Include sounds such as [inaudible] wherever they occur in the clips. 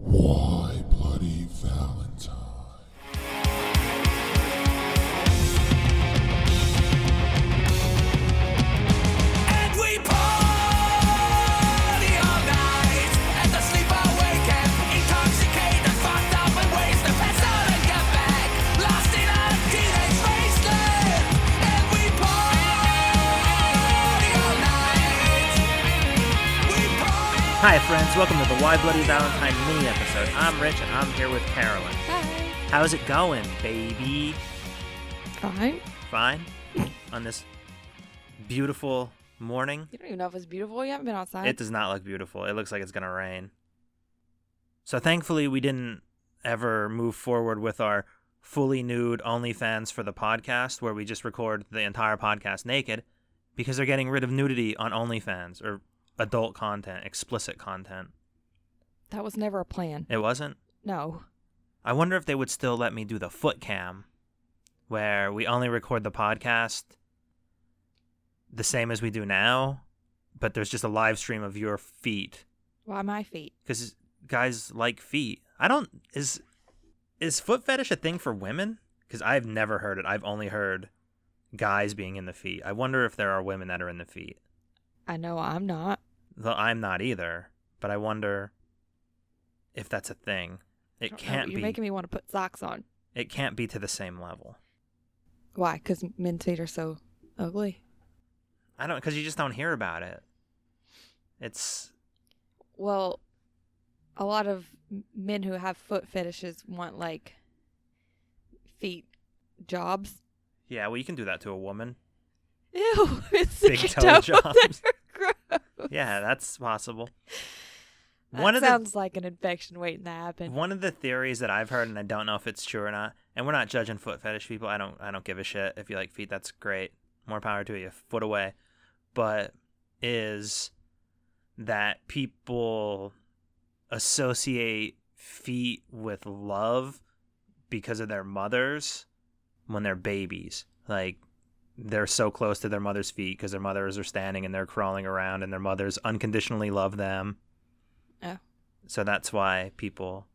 Why Bloody Valentine? And we party all night, and the sleeper wake up, intoxicated, fucked up, and ways to pass out and get back, lost in a teenage wasteland. And we party all night. We party. Hi, friends. Welcome to the Why Bloody Valentine mini episode. I'm Rich, and I'm here with Carolyn. How's it going, baby? Fine. Fine? [laughs] On this beautiful morning? You don't even know if it's beautiful. You haven't been outside. It does not look beautiful. It looks like it's going to rain. So, thankfully, we didn't ever move forward with our fully nude OnlyFans for the podcast, where we just record the entire podcast naked, because they're getting rid of nudity on OnlyFans or adult content, explicit content. that was never a plan. It wasn't? No. I wonder if they would still let me do the foot cam, where we only record the podcast the same as we do now, but there's just a live stream of your feet Why my feet? because guys like feet. I don't is is foot fetish a thing for women? Because I've never heard it. I've only heard guys being in the feet. I wonder if there are women that are in the feet. I know I'm not. Though I'm not either, but I wonder if that's a thing. I It don't know. can't You're be. making me want to put socks on. It can't be to the same level. Why? Because men's feet are so ugly. I don't because you just don't hear about it. It's Well, a lot of m- men who have foot fetishes want like feet jobs. [laughs] yeah. Well, you can do that to a woman. Ew! It's Big your toe toes that jobs. [laughs] are Gross. [laughs] Yeah, that's possible. That One of sounds like an infection waiting to the happen. one of the theories that I've heard, and I don't know if it's true or not. And we're not judging foot fetish people. I don't I don't give a shit if you like feet. That's great. More power to you. Foot away. But is that people associate feet with love because of their mothers when they're babies. Like they're so close to their mother's feet because their mothers are standing and they're crawling around and their mothers unconditionally love them. Oh. So that's why people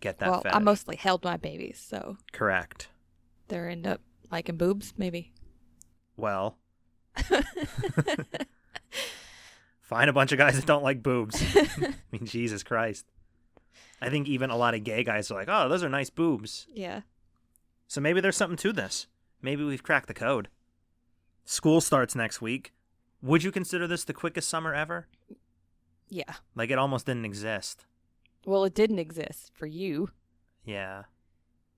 get that well, I fetish. mostly held my babies, so Correct. they're end up liking boobs, maybe. [laughs] Well, find a bunch of guys that don't [laughs] like boobs. I mean, Jesus Christ. I think even a lot of gay guys are like, oh, those are nice boobs. Yeah. So maybe there's something to this. Maybe we've cracked the code. School starts next week. Would you consider this the quickest summer ever? Yeah. Like it almost didn't exist. Well, it didn't exist for you. Yeah.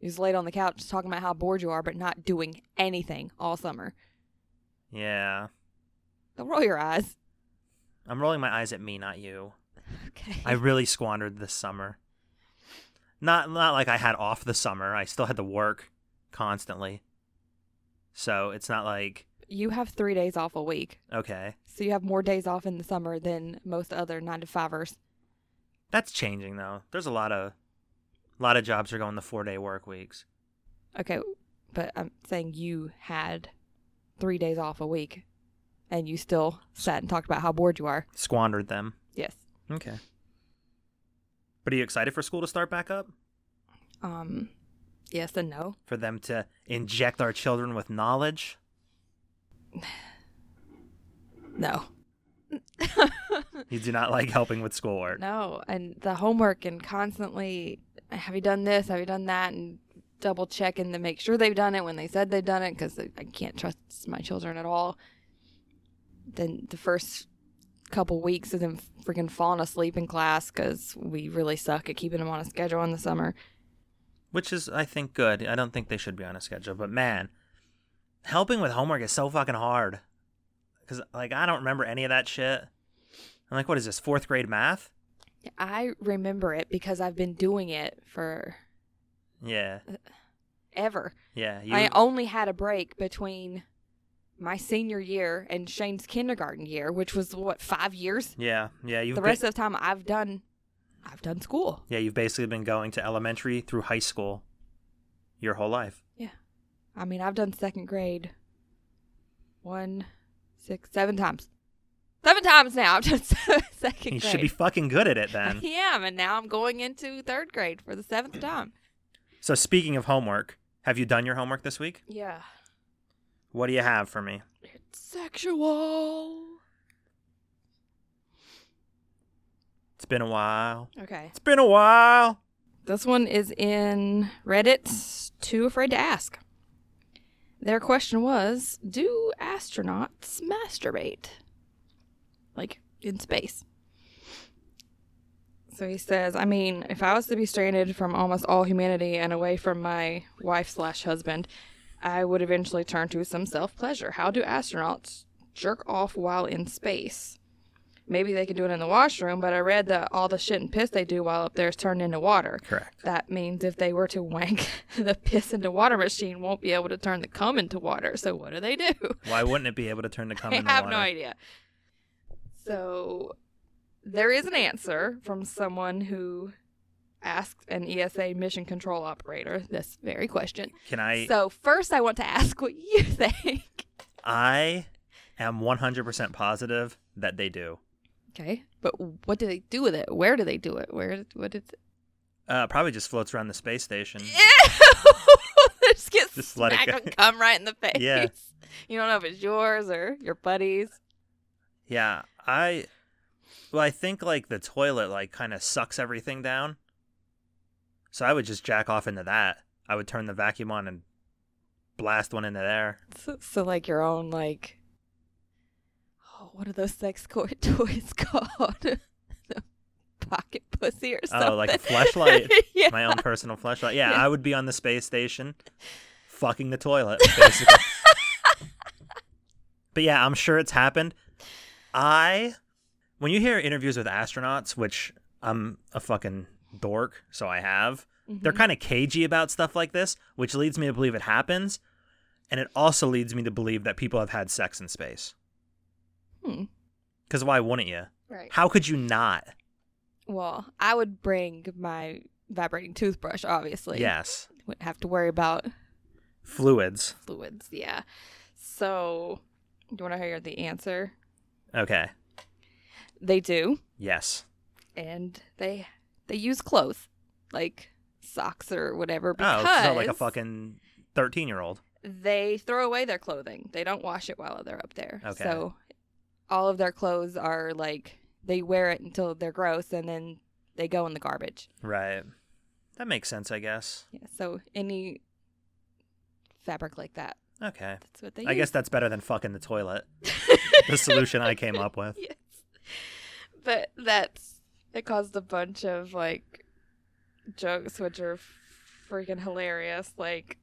You was laid on the couch talking about how bored you are, but not doing anything all summer. Yeah. Don't roll your eyes. [laughs] I'm rolling my eyes at me, not you. Okay. I really squandered this summer. Not not like I had off the summer. I still had to work constantly. So it's not like you have three days off a week, okay, so you have more days off in the summer than most other nine to fivers. that's changing though. There's a lot of a lot of jobs are going to four day work weeks. Okay, but I'm saying you had three days off a week, and you still sat and talked about how bored you are. Squandered them. Yes. Okay. But are you excited for school to start back up? Um. Yes and no. For them to inject our children with knowledge? No. You do not like helping with schoolwork. Mm. No, and the homework and constantly have you done this? Have you done that? And double checking to make sure they've done it when they said they've done it because I can't trust my children at all. Then the first couple weeks of them freaking falling asleep in class because we really suck at keeping them on a schedule in the summer. Which is, I think, good. I don't think they should be on a schedule, but man, helping with homework is so fucking hard. Because, like, I don't remember any of that shit. I'm like, what is this, fourth grade math? I remember it because I've been doing it for Yeah. ever. Yeah. I only had a break between my senior year and Shane's kindergarten year, which was what five years. yeah. Yeah. You've the been- rest of the time I've done I've done school. Yeah, you've basically been going to elementary through high school your whole life. I mean, I've done second grade one, six, seven times. Seven times now. I've done [laughs] second grade. You should be fucking good at [laughs] it then. I am, and now I'm going into third grade for the seventh time. So speaking of homework, have you done your homework this week? Yeah. What do you have for me? It's sexual. It's been a while. Okay. It's been a while. This one is in Reddit, Too Afraid to Ask. Their question was Do astronauts masturbate? Like in space. So he says, I mean, if I was to be stranded from almost all humanity and away from my wife slash husband, I would eventually turn to some self pleasure. How do astronauts jerk off while in space? Maybe they can do it in the washroom, but I read that all the shit and piss they do while up there is turned into water. Correct. That means if they were to wank, [laughs] the piss into water machine won't be able to turn the cum into water. So what do they do? [laughs] Why wouldn't it be able to turn the cum I into have water? no idea. So there is an answer from someone who asked an ESA mission control operator this very question. Can I So first, I want to ask what you [laughs] think. I am 100% positive that they do. Okay, but what do they do with it? Where do they do it? Where? What is? It? Uh, probably just floats around the space [laughs] station. Ew! just get Just let it smacked go. and come right in the face. [laughs] Yeah. You don't know if it's yours or your buddies. Yeah, I well, I think like the toilet like kind of sucks everything down. So I would just jack off into that. I would turn the vacuum on and blast one into there. So, so like your own like oh, what are those sex co- [laughs] toys called? [laughs] the pocket pussy or something. Oh, like a fleshlight. [laughs] yeah. My own personal flashlight. Yeah, Yeah. I would be on the space [laughs] station fucking the toilet basically. but yeah, I'm sure it's happened. I when you hear interviews with astronauts, which I'm a fucking dork, so I have Mm-hmm. they're kind of cagey about stuff like this, which leads me to believe it happens. And it also leads me to believe that people have had sex in space. Hmm. Because why wouldn't you? right. How could you not? Well, I would bring my vibrating toothbrush. Obviously, yes. wouldn't have to worry about Fluids. fluids. Yeah. So, do you want to hear the answer? Okay. They do, Yes. and they they use clothes like socks or whatever Oh, because it's not like a fucking 13 year old. they throw away their clothing. They don't wash it while they're up there. Okay. So all of their clothes are like they wear it until they're gross and then they go in the garbage. Right. That makes sense, I guess. Yeah, so any fabric like that, Okay. that's what they I use. guess that's better than fucking [laughs] the toilet. the solution I came up with. yes. But that's it caused a bunch of like jokes which are freaking hilarious. Like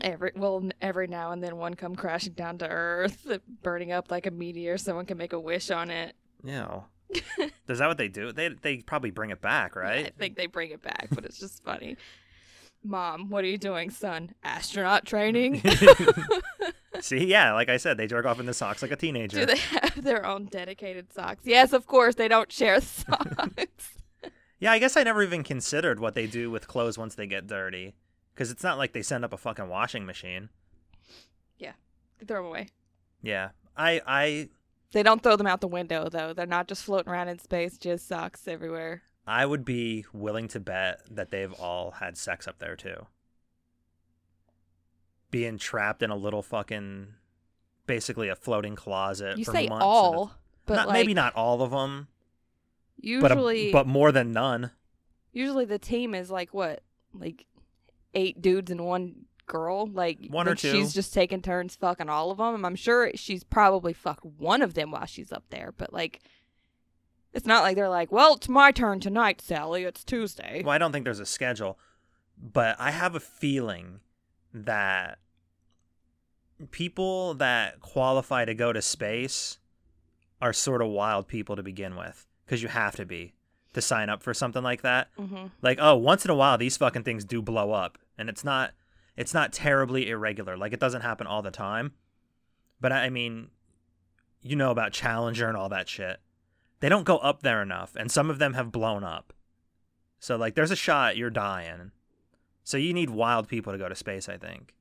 every well n- every now and then one come crashing down to earth, [laughs] burning up like a meteor. Someone can make a wish on it. Yeah. [laughs] Is that what they do? They, they probably bring it back, I right? think they bring it back, but it's just funny. Mom, what are you doing, son? Astronaut [laughs] training? See, yeah, like I said, they jerk off in the socks like a teenager. Do they have their own dedicated socks? Yes, of course. They don't share [laughs] socks. Yeah, I guess I never even considered what they do with clothes once they get dirty, because it's not like they send up a fucking washing machine. Throw them away. Yeah, I, I, They don't throw them out the window though. They're not just floating around in space, just socks everywhere. I would be willing to bet that they've all had sex up there too. Being trapped in a little fucking, basically a floating closet. You for say months all, at a- but Not- like, maybe not all of them, but a- Usually, but more than none. usually the team is like what, like eight dudes and one girl. Like One or then She's two. just taking turns fucking all of them. I'm sure she's probably fucked one of them while she's up there. But like, it's not like they're like, well, it's my turn tonight, Sally. It's Tuesday. Well, I don't think there's a schedule, but I have a feeling that people that qualify to go to space are sort of wild people to begin with because you have to be to sign up for something like that. Mm-hmm. Like, oh, once in a while these fucking things do blow up and it's not it's not terribly irregular. Like it doesn't happen all the time. But I I mean, you know about Challenger and all that shit. they don't go up there enough, and some of them have blown up. So like, there's a shot you're dying. So you need wild people to go to space, I think.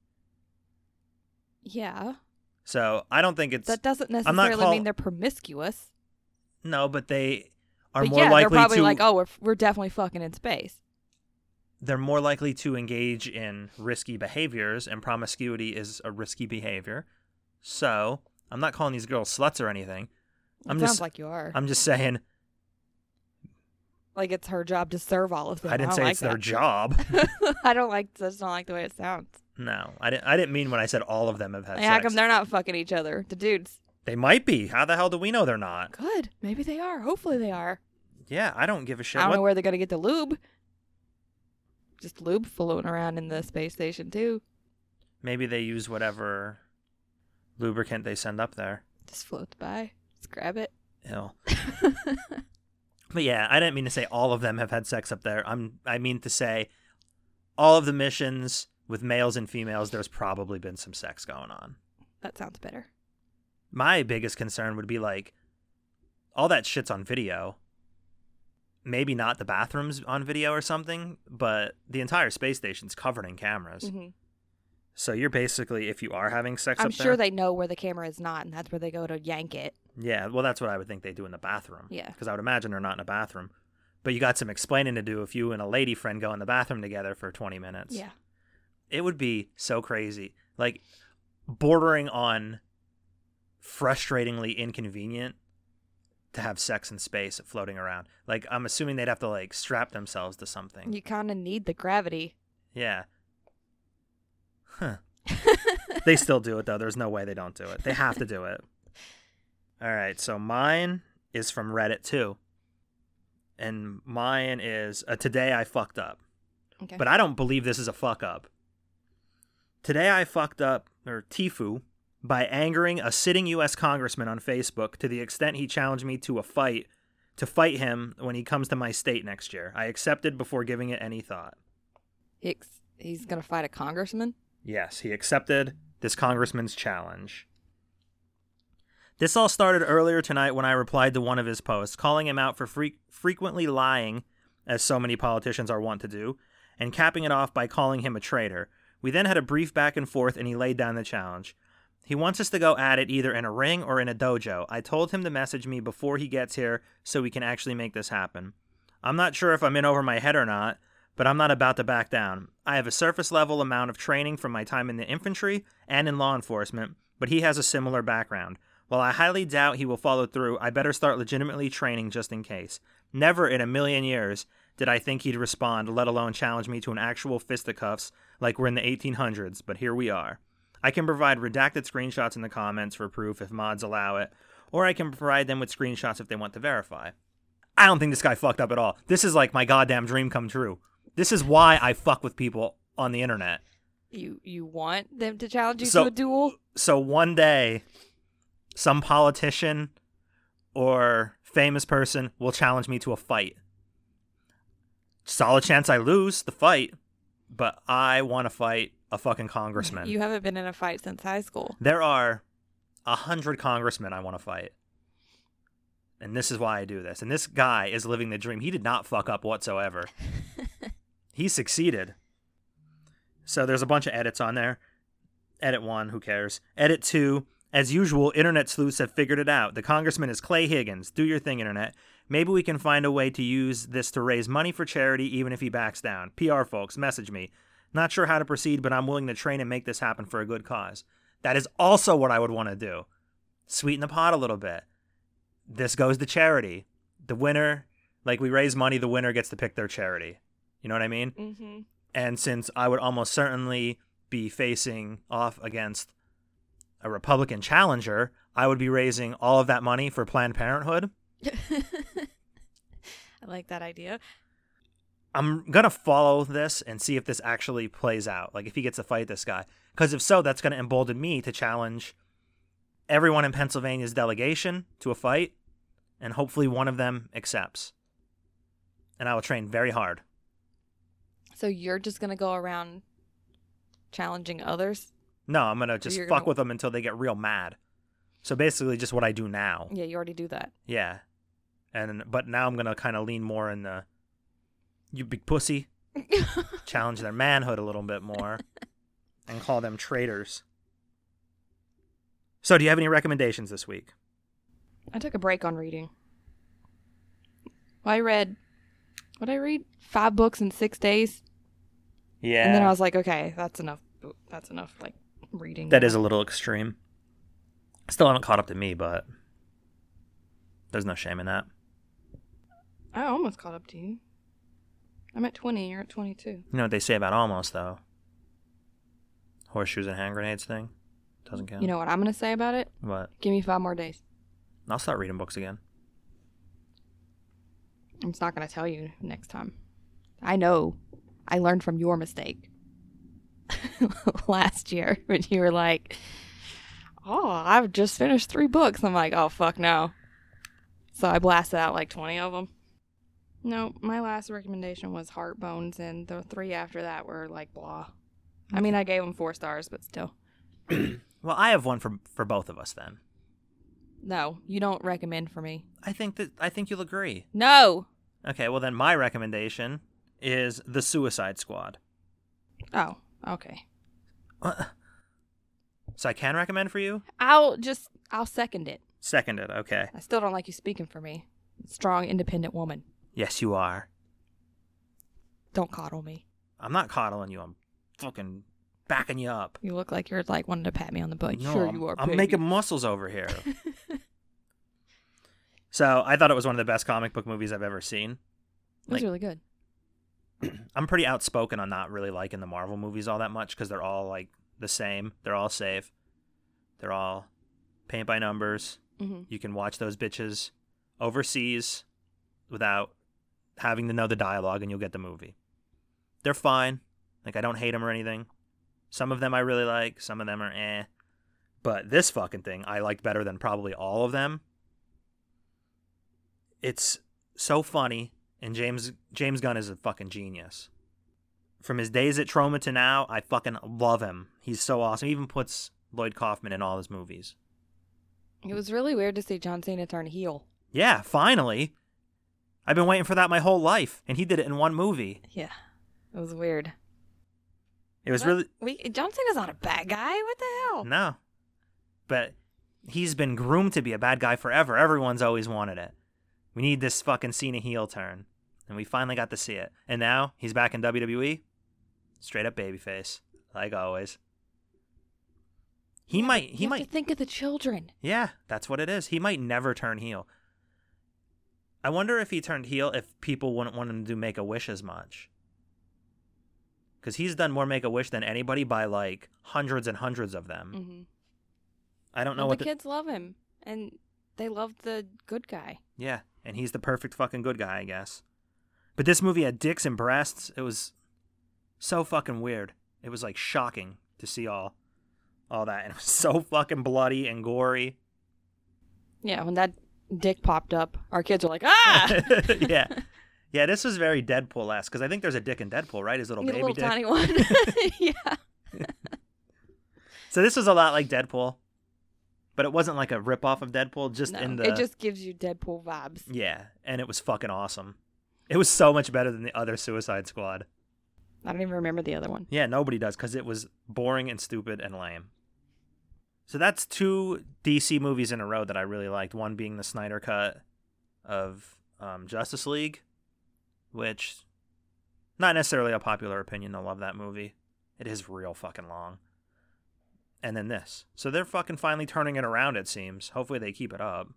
Yeah. So I don't think it's That doesn't not necessarily call- mean they're promiscuous. no, but they are but more yeah, likely they're probably to like, oh, we're, we're definitely fucking in space. they're more likely to engage in risky behaviors, and promiscuity is a risky behavior. So I'm not calling these girls sluts or anything. It I'm sounds just like you are. I'm just [laughs] saying like it's her job to serve all of them. I didn't don't say like it's that. their job. [laughs] I don't like. That's not like the way it sounds. no, I didn't. I didn't mean when I said all of them have had Like, how sex. come they're not fucking each other? The dudes. They might be. How the hell do we know they're not? Good. Maybe they are. Hopefully they are. Yeah, I don't give a shit. I don't what- know where they're gonna get the lube. Just lube floating around in the space station too. Maybe they use whatever lubricant they send up there. Just floats by. Just grab it. [laughs] Hell. but yeah, I didn't mean to say all of them have had sex up there. I'm I mean to say all of the missions with males and females, there's probably been some sex going on. That sounds better. My biggest concern would be like all that shit's on video. Maybe not the bathrooms on video or something, but the entire space station's covered in cameras. Mhm. So you're basically if you are having sex I'm up sure there, they know where the camera is not, and that's where they go to yank it. Yeah, well, that's what I would think they do in the bathroom. Yeah. Because I would imagine they're not in a bathroom. But you got some explaining to do if you and a lady friend go in the bathroom together for 20 minutes. Yeah. It would be so crazy. Like, bordering on frustratingly inconvenient to have sex in space floating around. Like, I'm assuming they'd have to, like, strap themselves to something. You kind of need the gravity. yeah. Huh. they still do it, though. There's no way they don't do it. They have to do it. All right, so mine is from Reddit too. And mine is uh, today I fucked up. Okay. But I don't believe this is a fuck up. Today I fucked up or Tifu by angering a sitting US congressman on Facebook to the extent he challenged me to a fight to fight him when he comes to my state next year. I accepted before giving it any thought. Hicks, he's gonna fight a congressman. Yes, he accepted this congressman's challenge. This all started earlier tonight when I replied to one of his posts, calling him out for fre- frequently lying, as so many politicians are wont to do, and capping it off by calling him a traitor. We then had a brief back and forth, and he laid down the challenge. He wants us to go at it either in a ring or in a dojo. I told him to message me before he gets here so we can actually make this happen. I'm not sure if I'm in over my head or not, but I'm not about to back down. I have a surface level amount of training from my time in the infantry and in law enforcement, but he has a similar background. While I highly doubt he will follow through, I better start legitimately training just in case. Never in a million years did I think he'd respond, let alone challenge me to an actual fisticuffs like we're in the 1800s, but here we are. I can provide redacted screenshots in the comments for proof if mods allow it, or I can provide them with screenshots if they want to verify. I don't think this guy fucked up at all. This is like my goddamn dream come true. This is why I fuck with people on the internet. You you want them to challenge you So- to a duel? So one day, some politician or famous person will challenge me to a fight. Solid chance I lose the fight, but I want to fight a fucking congressman. You haven't been in a fight since high school. There are a hundred congressmen I want to fight. And this is why I do this. And this guy is living the dream. He did not fuck up whatsoever. he succeeded. So there's a bunch of edits on there. Edit one, who cares? Edit two, as usual, internet sleuths have figured it out. The congressman is Clay Higgins. Do your thing, internet. Maybe we can find a way to use this to raise money for charity even if he backs down. PR folks, message me. Not sure how to proceed, but I'm willing to train and make this happen for a good cause. That is also what I would want to do. Sweeten the pot a little bit. This goes to charity. The winner, like we raise money, the winner gets to pick their charity. You know what I mean? Mm-hmm. And since I would almost certainly be facing off against a Republican challenger, I would be raising all of that money for Planned Parenthood. I like that idea. I'm gonna follow this and see if this actually plays out. Like if he gets to fight this guy, because if so, that's gonna embolden me to challenge everyone in Pennsylvania's delegation to a fight, and hopefully one of them accepts. And I will train very hard. So you're just gonna go around challenging others? No, I'm gonna just You're fuck gonna- with them until they get real mad. So basically, just what I do now. Yeah, you already do that. Yeah, and but now I'm gonna kind of lean more in the you [laughs] big pussy challenge their manhood a little bit more and call them traitors. So, do you have any recommendations this week? I took a break on reading. Well, I read, what did I read? Five books in six days. Yeah, And then I was like, okay, that's enough. That's enough, like, reading. that is a little extreme. Still haven't caught up to me, but there's no shame in that. I almost caught up to you. I'm at 20, you're at 22. You know what they say about almost though. Horseshoes and hand grenades thing doesn't count. You know what I'm going to say about it? what? Give me five more days. I'll start reading books again. I'm just not going to tell you next time. I know. I learned from your mistake [laughs] last year when you were like, oh, I've just finished three books. I'm like, oh, fuck no. So I blasted out like 20 of them. No, my last recommendation was Heart Bones, and the three after that were like blah. I mean, I gave them four stars, but still. Well, I have one for for both of us then. No, you don't recommend for me. I think that I think you'll agree. No. Okay, well then my recommendation is The Suicide Squad. Oh, okay. So I can recommend for you? I'll just I'll second it. Seconded, okay. I still don't like you speaking for me. Strong, independent woman. Yes, you are. Don't coddle me. I'm not coddling you. I'm fucking backing you up. You look like you're like wanting to pat me on the butt. No, sure I'm, you are. I'm baby. making muscles [laughs] over here. so I thought it was one of the best comic book movies I've ever seen. It was like- really good. I'm pretty outspoken on not really liking the Marvel movies all that much because they're all like the same. They're all safe. They're all paint by numbers. hmm You can watch those bitches overseas without having to know the dialogue and you'll get the movie. They're fine. Like, I don't hate them or anything. Some of them I really like, some of them are eh. But this fucking thing I liked better than probably all of them. It's so funny, and James James Gunn is a fucking genius. From his days at Troma to now, I fucking love him. He's so awesome. He even puts Lloyd Kaufman in all his movies. It was really weird to see John Cena turn heel. Yeah, finally. I've been waiting for that my whole life, and he did it in one movie. Yeah, it was weird. It was What? Oh. really We, John Cena's not a bad guy. What the hell? no, but he's been groomed to be a bad guy forever. Everyone's always wanted it. We need this fucking Cena heel turn, and we finally got to see it. And now he's back in WWE, straight up babyface, like always. He might, he you might Have to think of the children. Yeah, that's what it is. He might never turn heel. I wonder if he turned heel if people wouldn't want him to do make a wish as much. Because he's done more make a wish than anybody by like hundreds and hundreds of them. Mm-hmm. I Mm. don't know Well, what the kids love him, and they love the good guy. Yeah, and he's the perfect fucking good guy, I guess. But this movie had dicks and breasts. It was so fucking weird. It was like shocking to see all all that. And it was [laughs] so fucking bloody and gory. Yeah, when that dick popped up, our kids were like, ah, [laughs] [laughs] yeah. Yeah, this was very Deadpool esque because I think there's a dick in Deadpool, right? His little You baby little dick. tiny one. [laughs] yeah. So this was a lot like Deadpool, but it wasn't like a ripoff of Deadpool. Just No, in the It just gives you Deadpool vibes. yeah, and it was fucking awesome. It was so much better than the other Suicide Squad. I don't even remember the other one. Yeah, nobody does because it was boring and stupid and lame. So that's two DC movies in a row that I really liked. One being the Snyder Cut of um, Justice League, which, not necessarily a popular opinion. I love that movie. It is real fucking long. And then this. So they're fucking finally turning it around, it seems. Hopefully they keep it up.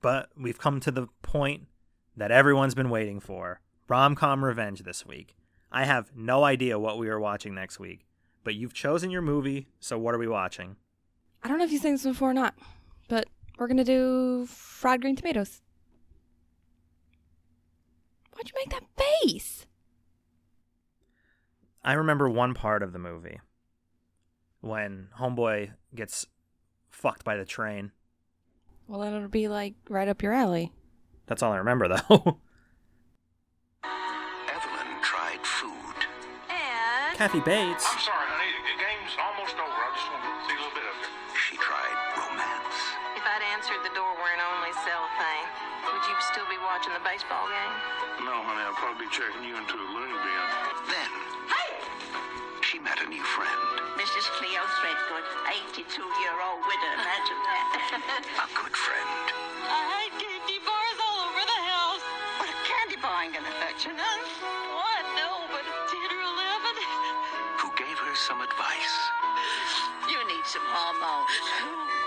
But we've come to the point that everyone's been waiting for rom com revenge this week. I have no idea what we are watching next week, but you've chosen your movie, so what are we watching? I don't know if you've seen this before or not, but we're gonna do fried green tomatoes. Why'd you make that face? I remember one part of the movie when Homeboy gets fucked by the train. Well, then it'll be like right up your alley. That's all I remember, [laughs] though. Evelyn tried food. Kathy Bates. I'm sorry, honey. The game's almost over. I just want to see a little bit of it. She tried romance. If I'd answered the door weren't only cell thing, you still be watching the baseball game? No, honey, I'll probably be checking you into the loony bin. Then, she met a new friend, Mrs. Cleo Threadgood, 82 year old widow, imagine [laughs] that. a good friend. I had candy bars all over the house. But a candy bar ain't gonna affect you none. What? No, but 10 or 11. who gave her some advice You need some hormones.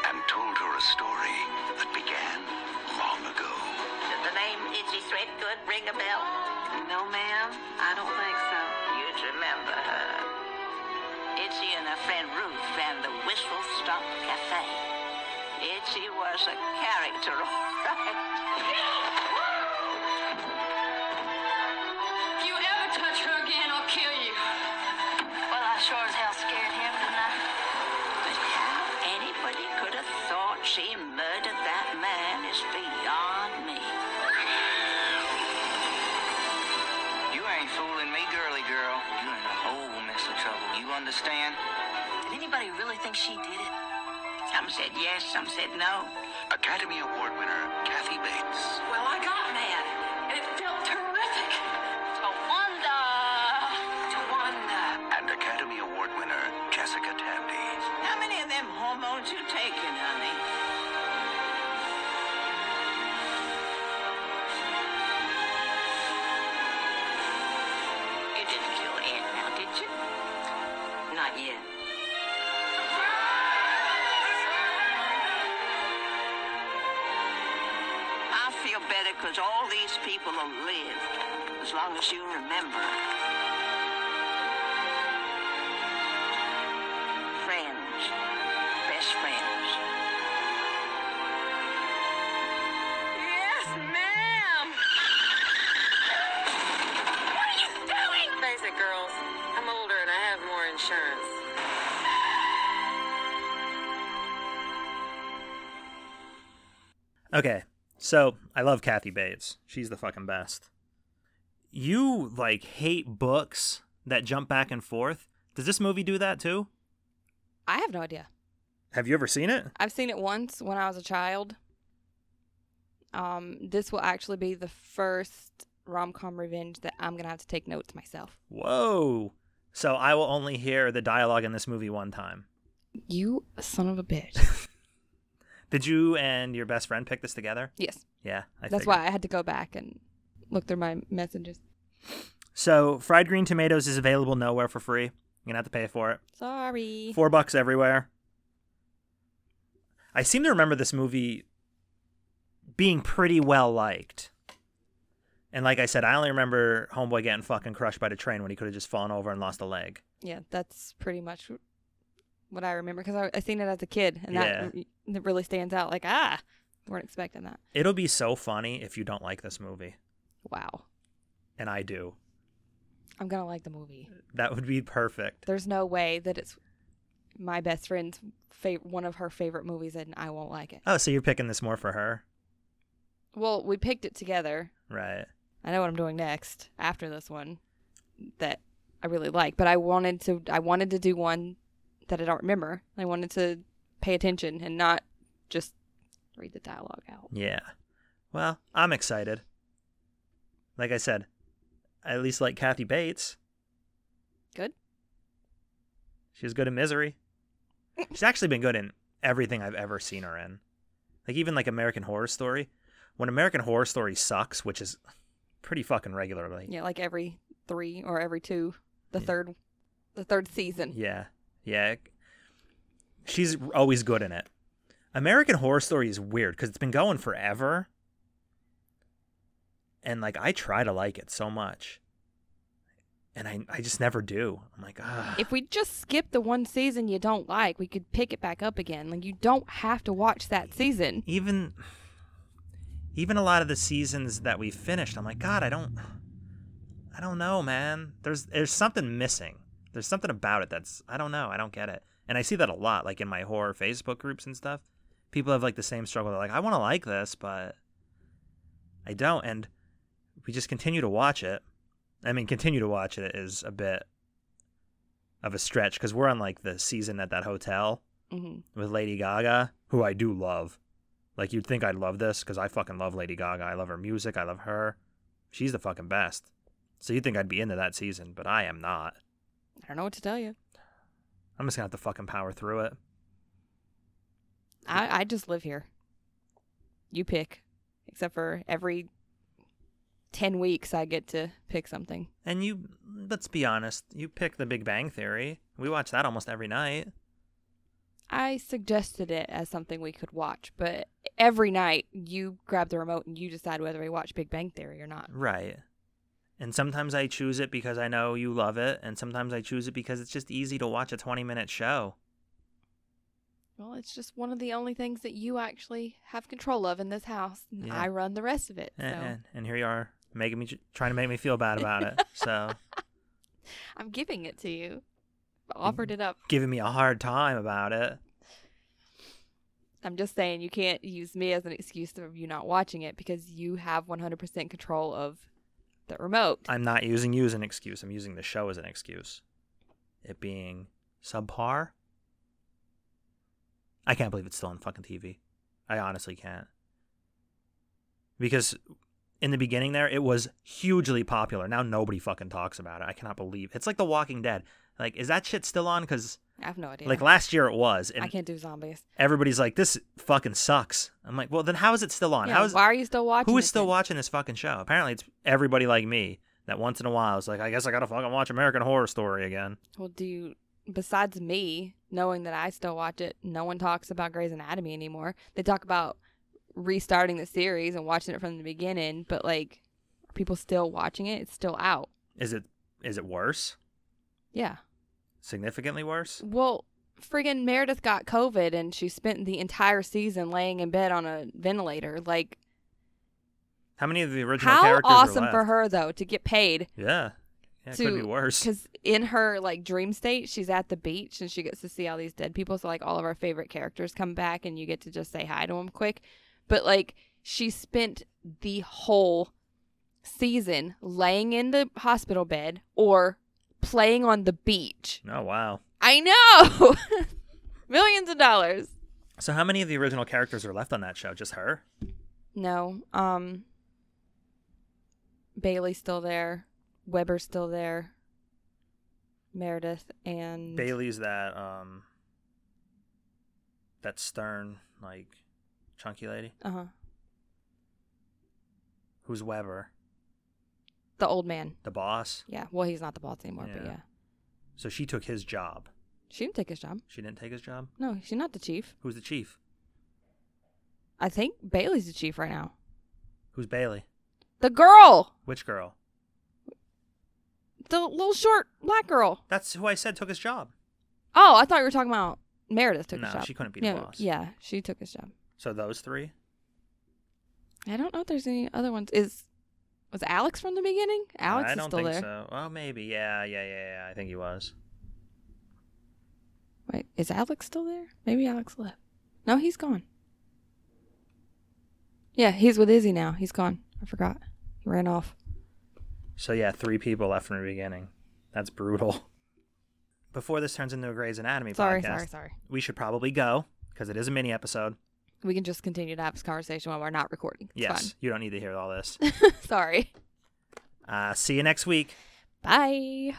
and told her a story that began long ago. Does the name Itchy Threadgood ring a bell? No, ma'am. I don't think so. You'd remember her. Itchy and her friend Ruth ran the Whistle Stop Cafe. Itchy was a character, all right. [laughs] If you ever touch her again, I'll kill you. Well, I sure as hell scared him, didn't I? But how anybody could have thought she murdered that man is beyond me. You ain't fooling me, girly girl. You're in a whole mess of trouble. You understand? Did anybody really think she did it? Some said yes, some said no. Academy Award winner Kathy Bates Well, I got mad, and it felt terrific. To wonder. To wonder. and Academy Award winner Jessica Tandy. How many of them hormones you taking, honey? You didn't kill Ed now, did you? Not yet. I feel better because all these people have lived as long as you remember. Friends, best friends. Yes, ma'am. What are you doing? Face it, girls. I'm older and I have more insurance. Okay, so I love Kathy Bates. She's the fucking best. You like hate books that jump back and forth. Does this movie do that too? I have no idea. Have you ever seen it? I've seen it once when I was a child. Um, this will actually be the first rom com revenge that I'm gonna have to take notes myself. Whoa. So I will only hear the dialogue in this movie one time. You son of a bitch. [laughs] Did you and your best friend pick this together? yes, Yeah, I that's figured. why I had to go back and look through my messages. So fried green tomatoes is available nowhere for free. You're gonna have to pay for it. Sorry. Four bucks everywhere. I seem to remember this movie being pretty well liked. And like I said, I only remember Homeboy getting fucking crushed by the train when he could have just fallen over and lost a leg. yeah, that's pretty much what I remember because I, I seen it as a kid, and that that really stands out. Like, ah, weren't expecting that. It'll be so funny if you don't like this movie. Wow, And I do. I'm gonna like the movie. That would be perfect. There's no way that it's my best friend's fav- one of her favorite movies, and I won't like it. Oh, so you're picking this more for her? Well, we picked it together. Right. I know what I'm doing next after this one that I really like, but I wanted to I wanted to do one that I don't remember. I wanted to pay attention and not just read the dialogue out. Yeah. Well, I'm excited. Like I said, I at least like Kathy Bates. Good. She was good in Misery. She's actually been good in everything I've ever seen her in. Like even like American Horror Story. When American Horror Story sucks, which is pretty fucking regularly. Yeah, like every three or every two, the Yeah. third, the third season. Yeah. Yeah. She's always good in it. American Horror Story is weird because it's been going forever. And like I try to like it so much. And I, I just never do. I'm like, ah. If we just skip the one season you don't like, we could pick it back up again. Like you don't have to watch that season. even even a lot of the seasons that we finished, I'm like, God, I don't I don't know, man. There's there's something missing. There's something about it that's I don't know, I don't get it. And I see that a lot, like in my horror Facebook groups and stuff. People have like the same struggle. They're like, I wanna like this, but I don't and we just continue to watch it. I mean, continue to watch it is a bit of a stretch because we're on like the season at that hotel hmm with Lady Gaga, who I do love. Like you'd think I'd love this because I fucking love Lady Gaga. I love her music. I love her. She's the fucking best. So you think I'd be into that season, but I am not. I don't know what to tell you. I'm just gonna have to fucking power through it. I, I just live here. You pick. Except for every 10 weeks, I get to pick something. And you, let's be honest, you pick The Big Bang Theory. We watch that almost every night. I suggested it as something we could watch, but every night you grab the remote and you decide whether we watch Big Bang Theory or not. Right. And sometimes I choose it because I know you love it, and sometimes I choose it because it's just easy to watch a 20 minute show. Well, it's just one of the only things that you actually have control of in this house. And Yeah. Uh-uh. I run the rest of it. So And, and, and here you are, making me trying to make me feel bad about it. So, I'm giving it to you. Mm-hmm. Offered it up. giving me a hard time about it. I'm just saying you can't use me as an excuse of you not watching it because you have 100% control of the remote. I'm not using you as an excuse. I'm using the show as an excuse. It being subpar. I can't believe it's still on fucking TV. I honestly can't. Because in the beginning there, it was hugely popular. Now nobody fucking talks about it. I cannot believe. It's like The Walking Dead. Like, is that shit still on? Because, I have no idea. like, last year it was. I And can't do zombies. everybody's like, this fucking sucks. I'm like, well, then how is it still on? Yeah, how is, why are you still watching? who is this still then? watching this fucking show? Apparently, it's everybody like me that once in a while is like, I guess I gotta fucking watch American Horror Story again. Well, do you, besides me knowing that I still watch it, no one talks about Grey's Anatomy anymore. They talk about restarting the series and watching it from the beginning, but like, are people still watching it? It's still out. Is it is it worse? Yeah. Significantly worse? Well, friggin' Meredith got COVID and she spent the entire season laying in bed on a ventilator. Like, How many of the original how characters awesome are for left? her though to get paid Yeah, yeah, it to could be worse. because in her like dream state she's at the beach and she gets to see all these dead people so like all of our favorite characters come back and you get to just say hi to them quick but like she spent the whole season laying in the hospital bed or playing on the beach Oh wow. i know [laughs] millions of dollars So how many of the original characters are left on that show? Just her? no um bailey's still there weber's still there meredith and Bailey's that um that stern like chunky lady. uh-huh Who's Weber? the old man The boss. Yeah. Well, he's not the boss anymore, but Yeah. yeah. So she took his job. She didn't take his job. She didn't take his job. No, she's not the chief. Who's the chief? I think Bailey's the chief right now. Who's Bailey? The girl, Which girl? the little short black girl. That's who I said took his job. Oh, I thought you were talking about Meredith took his No, job. she couldn't be the Yeah, boss. Yeah, she took his job. So those three. I don't know if there's any other ones. Is was Alex from the beginning? Alex I is don't still think there. so. Well, maybe. Yeah, yeah, yeah, yeah. I think he was. Wait, is Alex still there? Maybe Alex left. No, he's gone. Yeah, he's with Izzy now. He's gone. I forgot. He ran off. So yeah, three people left from the beginning. That's brutal. Before this turns into a Grey's Anatomy Sorry, podcast, sorry, sorry. we should probably go because it is a mini episode. We can just continue to have this conversation while we're not recording. It's yes, [laughs] you don't need to hear all this. fine. sorry. uh, see you next week. Bye.